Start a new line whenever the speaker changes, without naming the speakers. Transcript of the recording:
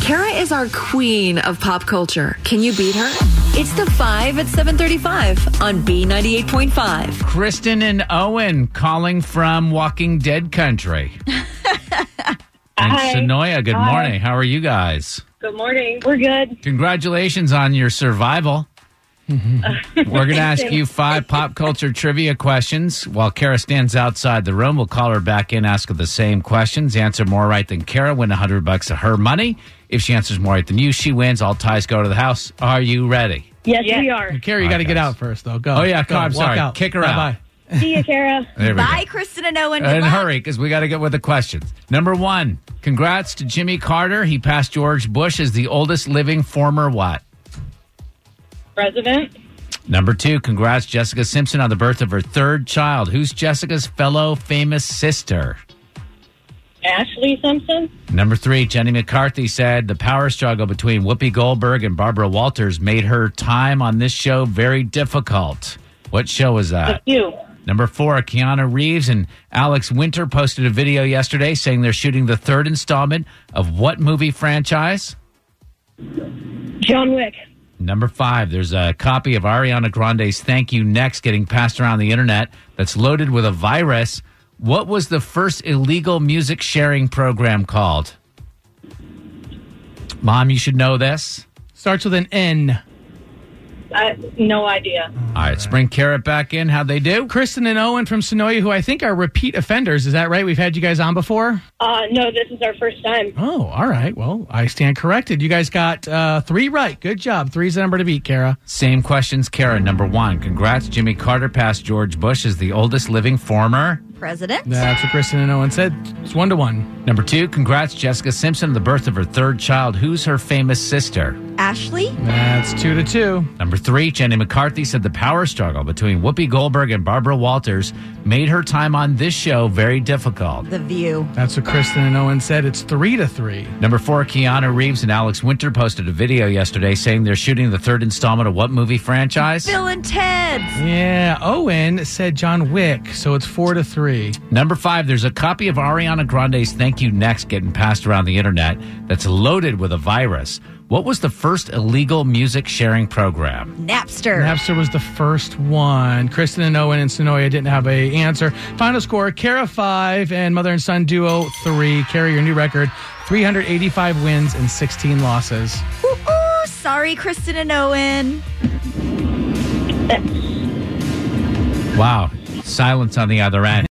Kara is our queen of pop culture. Can you beat her?
It's the 5 at 735 on B98.5.
Kristen and Owen calling from Walking Dead Country. and
Hi.
Sonoya, good
Hi.
morning. How are you guys?
Good morning. We're good.
Congratulations on your survival. We're going to ask you five pop culture trivia questions. While Kara stands outside the room, we'll call her back in, ask her the same questions. Answer more right than Kara, win 100 bucks of her money. If she answers more right than you, she wins. All ties go to the house. Are you ready?
Yes, we are.
Carrie, you
All right,
got to get
guys.
out first, though. Go.
Oh, yeah,
Go.
come- I'm
Walk
sorry.
out.
Kick her out.
Bye-bye.
See you, Kara.
There we
Bye, Kristen and Owen.
And
Goodbye.
hurry, because we got to get with the questions. Number one, congrats to Jimmy Carter. He passed George Bush as the oldest living former what?
President.
Number two, congrats Jessica Simpson on the birth of her third child. Who's Jessica's fellow famous sister?
Ashley Simpson.
Number three, Jenny McCarthy said the power struggle between Whoopi Goldberg and Barbara Walters made her time on this show very difficult. What show was that?
You.
Number four, Keanu Reeves and Alex Winter posted a video yesterday saying they're shooting the third installment of what movie franchise?
John Wick.
Number five, there's a copy of Ariana Grande's Thank You Next getting passed around the internet that's loaded with a virus. What was the first illegal music sharing program called? Mom, you should know this.
Starts with an N.
I, no idea.
All right, spring carrot back in. How'd they do?
Kristen and Owen from Sonoya, who I think are repeat offenders. Is that right? We've had you guys on before.
Uh, no, this is our first time.
Oh, all right. Well, I stand corrected. You guys got uh, three right. Good job. Three's the number to beat, Kara.
Same questions, Karen. Number one, congrats. Jimmy Carter passed George Bush as the oldest living former.
President?
That's what Kristen and Owen said. It's one to one.
Number two, congrats, Jessica Simpson, on the birth of her third child. Who's her famous sister?
Ashley?
That's two to two.
Number three, Jenny McCarthy said the power struggle between Whoopi Goldberg and Barbara Walters made her time on this show very difficult.
The View.
That's what Kristen and Owen said. It's three to three.
Number four, Keanu Reeves and Alex Winter posted a video yesterday saying they're shooting the third installment of what movie franchise?
Bill and Ted's.
Yeah. Owen said John Wick, so it's four to three.
Number five, there's a copy of Ariana Grande's Thank You Next getting passed around the internet that's loaded with a virus. What was the first illegal music sharing program?
Napster.
Napster was the first one. Kristen and Owen and Sonoya didn't have a answer. Final score: Kara five and mother and son duo three. Kara, your new record: three hundred eighty-five wins and sixteen losses.
Ooh, ooh, sorry, Kristen and Owen.
Wow, silence on the other end.